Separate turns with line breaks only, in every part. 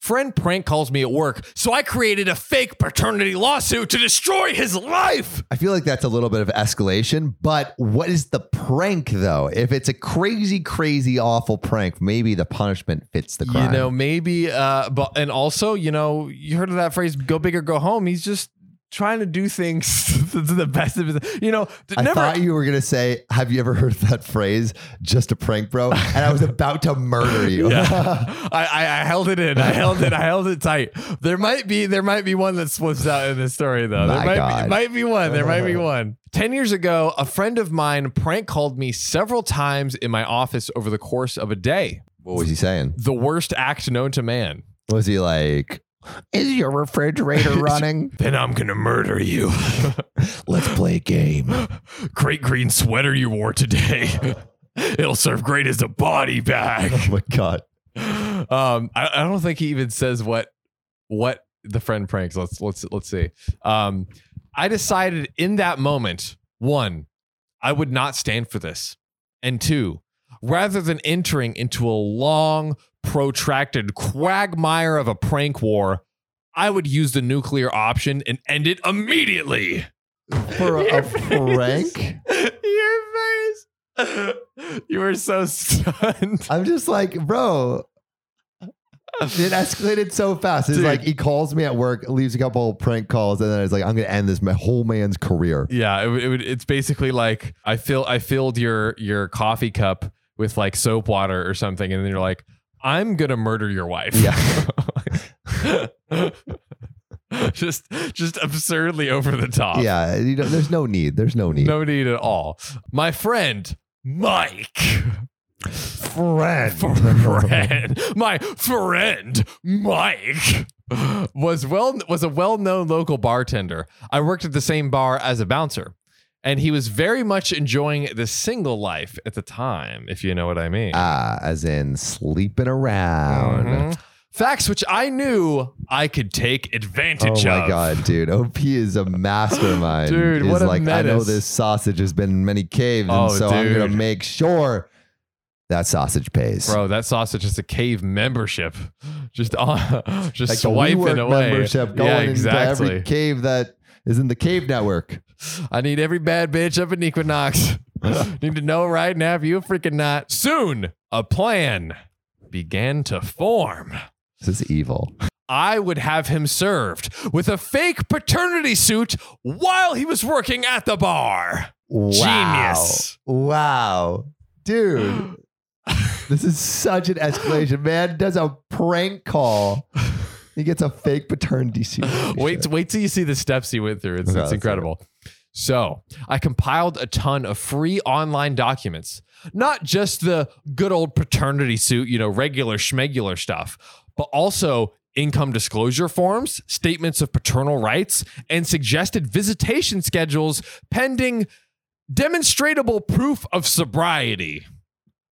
Friend prank calls me at work, so I created a fake paternity lawsuit to destroy his life.
I feel like that's a little bit of escalation, but what is the prank though? If it's a crazy, crazy, awful prank, maybe the punishment fits the crime.
You know, maybe, uh, but and also, you know, you heard of that phrase, "Go big or go home." He's just trying to do things to the best of his. You know,
I
never.
thought you were gonna say, "Have you ever heard that phrase? Just a prank, bro." And I was about to murder you.
yeah, I, I, I held it in. I held it. I held it tight. There might be there might be one that slips out in this story though. There
My
might be
God.
might be one. There might be one. Ten years ago, a friend of mine prank called me several times in my office over the course of a day.
What was he saying?
The worst act known to man.
Was he like, "Is your refrigerator running?
Then I'm gonna murder you.
Let's play a game."
great green sweater you wore today. It'll serve great as a body bag.
Oh my god.
um, I, I don't think he even says what what the friend pranks. Let's let's let's see. Um, I decided in that moment, one, I would not stand for this, and two, rather than entering into a long, protracted quagmire of a prank war, I would use the nuclear option and end it immediately.
For a,
Your
a
face.
prank?
Your face. You were so stunned.
I'm just like, bro. It escalated so fast. It's
Dude.
like he calls me at work, leaves a couple prank calls, and then it's like, I'm gonna end this ma- whole man's career.
Yeah, it, would- it would, it's basically like I fill I filled your your coffee cup with like soap water or something, and then you're like, I'm gonna murder your wife. Yeah. just just absurdly over the top.
Yeah, you know, there's no need. There's no need.
No need at all. My friend Mike.
friend.
friend, my friend Mike was well was a well-known local bartender. I worked at the same bar as a bouncer, and he was very much enjoying the single life at the time, if you know what I mean.
Ah, as in sleeping around.
Mhm. Facts which I knew I could take
Oh
advantage of.
my god, dude! OP is a mastermind.
Dude,
He's
what a
like I know
menace.
this sausage has been in many caves, and
Oh,
so I'm gonna
dude.
make sure that sausage pays.
Bro, that sausage is a cave membership. Just on, just
like the
swiping
WeWork
away.
membership going
yeah,
into every
exactly.
cave that is in the cave network.
I need every bad bitch up in Equinox. need to know right now if you a freaking not. Soon, a plan began to form.
This is evil.
I would have him served with a fake paternity suit while he was working at the bar.
Wow.
Genius.
Wow. Dude, this is such an escalation. Man does a prank call. He gets a fake paternity suit.
Wait, wait till you see the steps he went through. It's,
Okay,
it's
let's do it.
incredible. So I compiled a ton of free online documents, not just the good old paternity suit, you know, regular schmegular stuff, but also income disclosure forms, statements of paternal rights, and suggested visitation schedules pending demonstrable proof of sobriety.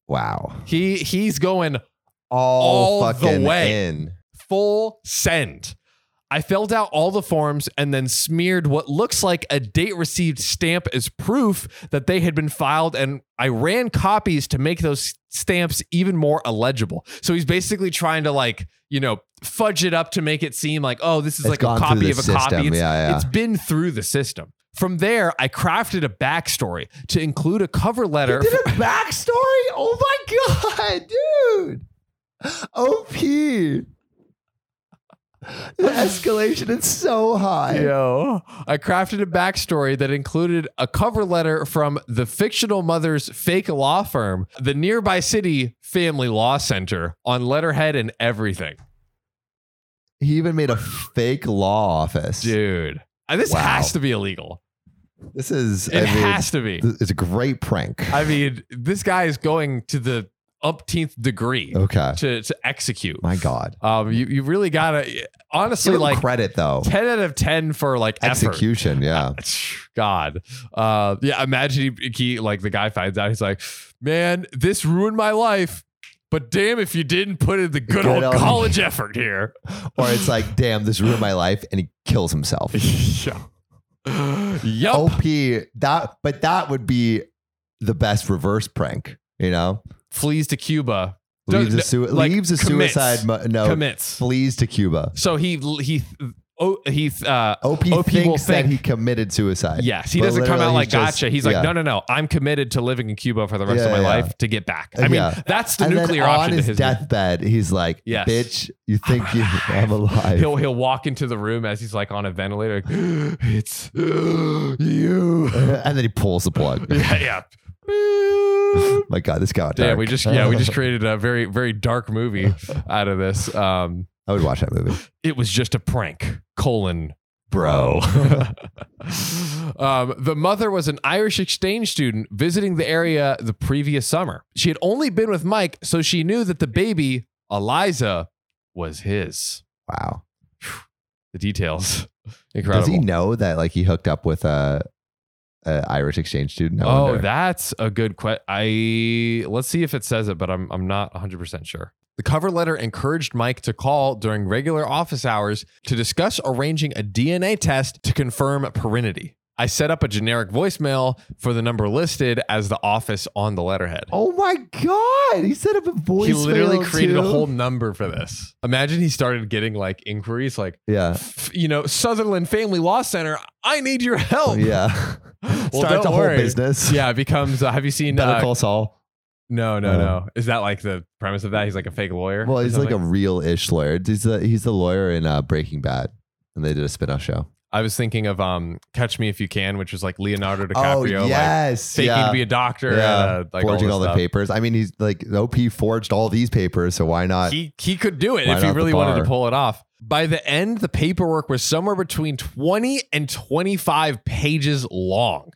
Wow.
He he's going
All,
All the
fucking
way.
in.
full send. I filled out all the forms and then smeared what looks like a date received stamp as proof that they had been filed. And I ran copies to make those stamps even more illegible. So he's basically trying to, like, you know, fudge it up to make it seem like, oh, this is
It's
like a
gone through
copy
the
of a
system.
copy. It's,
Yeah, yeah.
it's been through the system. From there, I crafted a backstory to include a cover letter.
Did a backstory? Oh my god, dude. OP. The escalation is so high.
Yo. I crafted a backstory that included a cover letter from the fictional mother's fake law firm, the nearby city family law center, on letterhead and everything.
He even made a fake law office.
Dude, Uh, this
Wow.
has to be illegal.
This is
It
I mean,
has to be.
it's, it's a great prank.
I mean, this guy is going to the umpteenth degree
Okay.
to, to execute.
Oh, My God.
Um, you, you really gotta, honestly,
Give him
like
credit though.
10 out of 10 for like effort.
Execution, yeah.
God. Uh, yeah, imagine he, he like the guy finds out. He's like, man, this ruined my life. But damn if you didn't put in the good,
Good
old,
old-
college effort here.
Or it's like, damn, this ruined my life, and he kills himself.
yeah. Yup.
OP that, but that would be the best reverse prank, you know?
Flees to Cuba Don't-
leaves a,
no,
sui-
like,
leaves a
commits.
suicide. Mu- no,
commits.
flees to Cuba.
So he he oh he uh OP
OP,
will
thinks
think-
that he committed suicide.
yes he
But
doesn't come out
literally
like
he's just-
gotcha. He's like
yeah.
no no no I'm committed to living in Cuba for the rest
Yeah,
of my
yeah. Uh,
life to get back. I mean
Yeah.
that's the
and
nuclear
then on
option
his,
to his
deathbed, he's like,
Yes.
"Bitch, you think you, I'm alive?
He'll he'll walk into the room as he's like on a ventilator. like, it's you.
and then he pulls the plug.
yeah, yeah.
My God, this got
Damn,
dark.
we just yeah we just created a very very dark movie out of this. Um,
I would watch that movie,
it was just a prank. Colon, bro. um, the mother was an Irish exchange student visiting the area the previous summer. She had only been with Mike, so she knew that the baby Eliza was his.
Wow.
The details,
Does he
incredible.
know that like he hooked up with a, a Irish exchange student? I
oh,
wonder.
that's a good question. I let's see if it says it, but I'm I'm not 100% sure. The cover letter encouraged Mike to call during regular office hours to discuss arranging a DNA test to confirm paternity. I set up a generic voicemail for the number listed as the office on the letterhead.
Oh my God! He set up a voice.
he literally
mail,
created a
too?
whole number for this. Imagine he started getting like inquiries like,
Yeah.
"F- you know, Sutherland Family Law Center, I need your help.
Yeah.
Well,
Starts
don't
a Oh. whole
worry.
business.
Yeah, it becomes. Uh, have you seen
Better
uh,
Call Saul.
No, no,
Uh,
no. Is that like the premise of that? He's like a fake lawyer.
Well,
or
he's like a
something?
real ish lawyer. He's the he's the lawyer in uh, Breaking Bad, and they did a spin off show.
I was thinking of um, Catch Me If You Can, which was like Leonardo DiCaprio, like
Oh, yes,
faking to be a doctor,
Yeah.
and, uh, like
forging all,
this
the
stuff.
papers. I mean, he's like OP forged all these papers, so why not?
He he could do it
Why
if he
not the
really wanted to
bar?
pull it off. By the end, the paperwork was somewhere between twenty and twenty five pages long.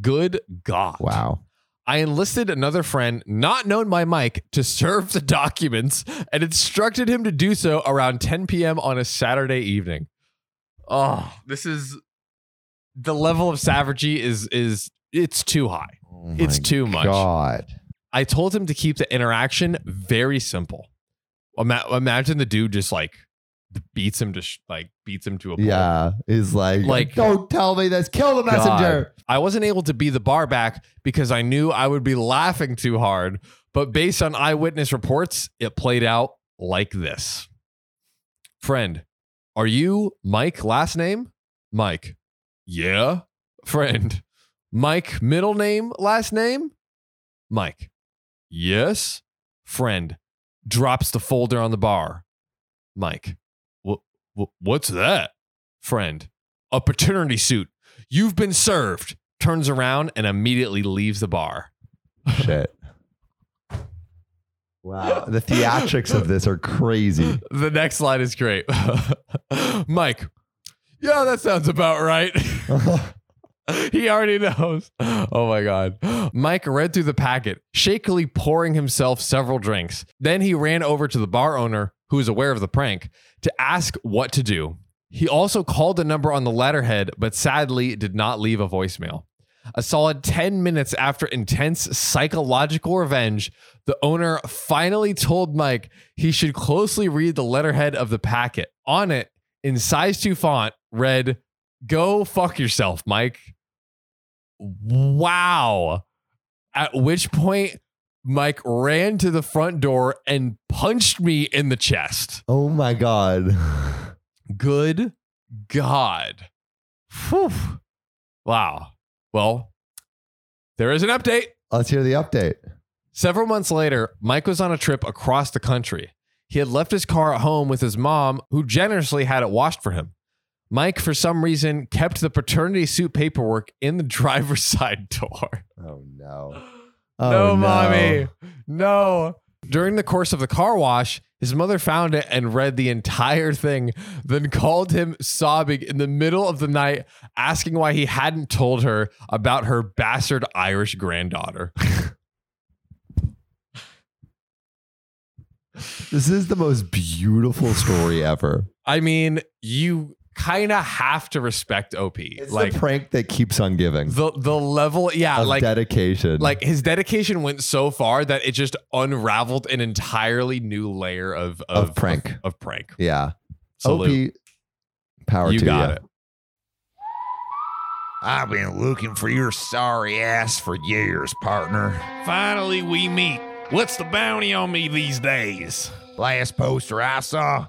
Good God!
wow.
I enlisted another friend, not known by Mike, to serve the documents and instructed him to do so around 10 p.m. on a Saturday evening. Oh, this is the level of savagery is is it's too high.
Oh
It's
my
too much.
God.
I told him to keep the interaction very simple. Ima- imagine the dude just like beats him to sh- like beats him to a pulp.
Yeah, is like,
Like-
don't tell me this. Kill the messenger.
I wasn't able to be the bar back because I knew I would be laughing too hard. But based on eyewitness reports, it played out like this. Friend, are you Mike last name? Mike. Yeah. Friend, Mike middle name last name? Mike. Yes. Friend drops the folder on the bar. Mike. What what's that? Friend. A paternity suit. You've been served. Turns around and immediately leaves the bar.
Shit. Wow, the theatrics of this are crazy.
The next line is great. Mike, yeah, that sounds about right.
Oh
he already knows. Oh my God. Mike read through the packet, shakily pouring himself several drinks. Then he ran over to the bar owner, who was aware of the prank, to ask what to do. He also called the number on the letterhead, but sadly did not leave a voicemail. A solid 10 minutes after intense psychological revenge, the owner finally told Mike he should closely read the letterhead of the packet. On it, in size 2 font, read, Go fuck yourself, Mike. Wow. At which point, Mike ran to the front door and punched me in the chest.
oh my god.
Good God. Whew. Wow. Well, there is an update.
Let's hear the update.
Several months later, Mike was on a trip across the country. He had left his car at home with his mom, who generously had it washed for him. Mike, for some reason, kept the paternity suit paperwork in the driver's side door.
Oh no.
Oh, no, mommy. No. During the course of the car wash, his mother found it and read the entire thing, then called him sobbing in the middle of the night, asking why he hadn't told her about her bastard Irish granddaughter.
This is the most beautiful story ever.
I mean, you kind of have to respect OP.
It's
like
the prank that keeps on giving.
the the level, yeah,
of
like
dedication.
like his dedication went so far that it just unraveled an entirely new layer of of,
Of prank.
of, prank.
yeah.
Salute.
OP power
you
to
got
ya.
it.
I've been looking for your sorry ass for years, partner. Finally, we meet.
What's the bounty on me these days? Last poster I saw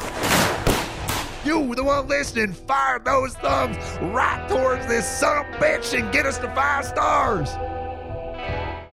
You, the one listening, fire those thumbs right towards this son of a bitch and get us to five stars.